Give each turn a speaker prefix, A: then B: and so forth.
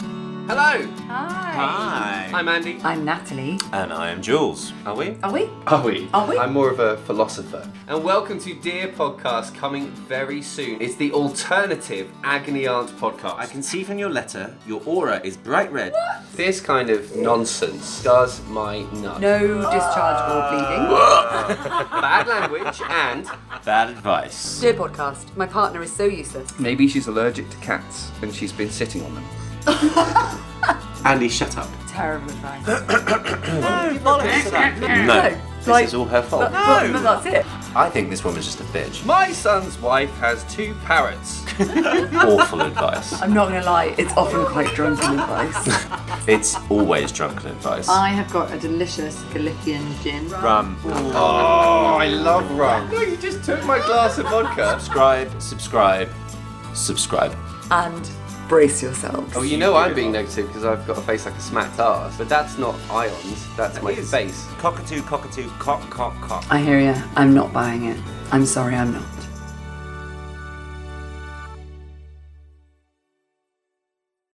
A: Hello,
B: Hi.
C: Hi.
A: I'm Andy.
B: I'm Natalie.
C: and I am Jules.
A: Are we?
B: Are we?
D: Are we?
B: Are we?
D: I'm more of a philosopher.
A: And welcome to Dear Podcast, coming very soon. It's the alternative agony aunt podcast.
C: I can see from your letter your aura is bright red.
A: This kind of nonsense scars my nut.
B: No discharge or
A: Bad language and
C: Bad advice.
B: bleeding. Dear podcast, my partner is so useless.
D: Maybe she's allergic to cats and she's been sitting on them.
C: Andy, shut up.
B: Terrible advice.
C: No. This
B: like-
C: is all her fault.
B: But, but that's it.
C: I think this woman's just a bitch.
A: my son's wife has two parrots.
C: Awful advice.
B: I'm not gonna lie, it's often quite drunken advice.
C: It's always drunken advice.
B: I have got a delicious Galician gin.
C: Rum.
D: Oh, I love rum.
A: No, you just took my glass of vodka.
C: Subscribe, subscribe, subscribe.
B: And brace yourselves.
D: Oh,
B: Oh,
D: you know I'm being negative because I've got a face like a smacked ass, but that's not ions, that's my
C: is.
D: face.
C: Cockatoo, cockatoo, cock, cock, cock.
B: I hear you. I'm not buying it. I'm sorry, I'm not.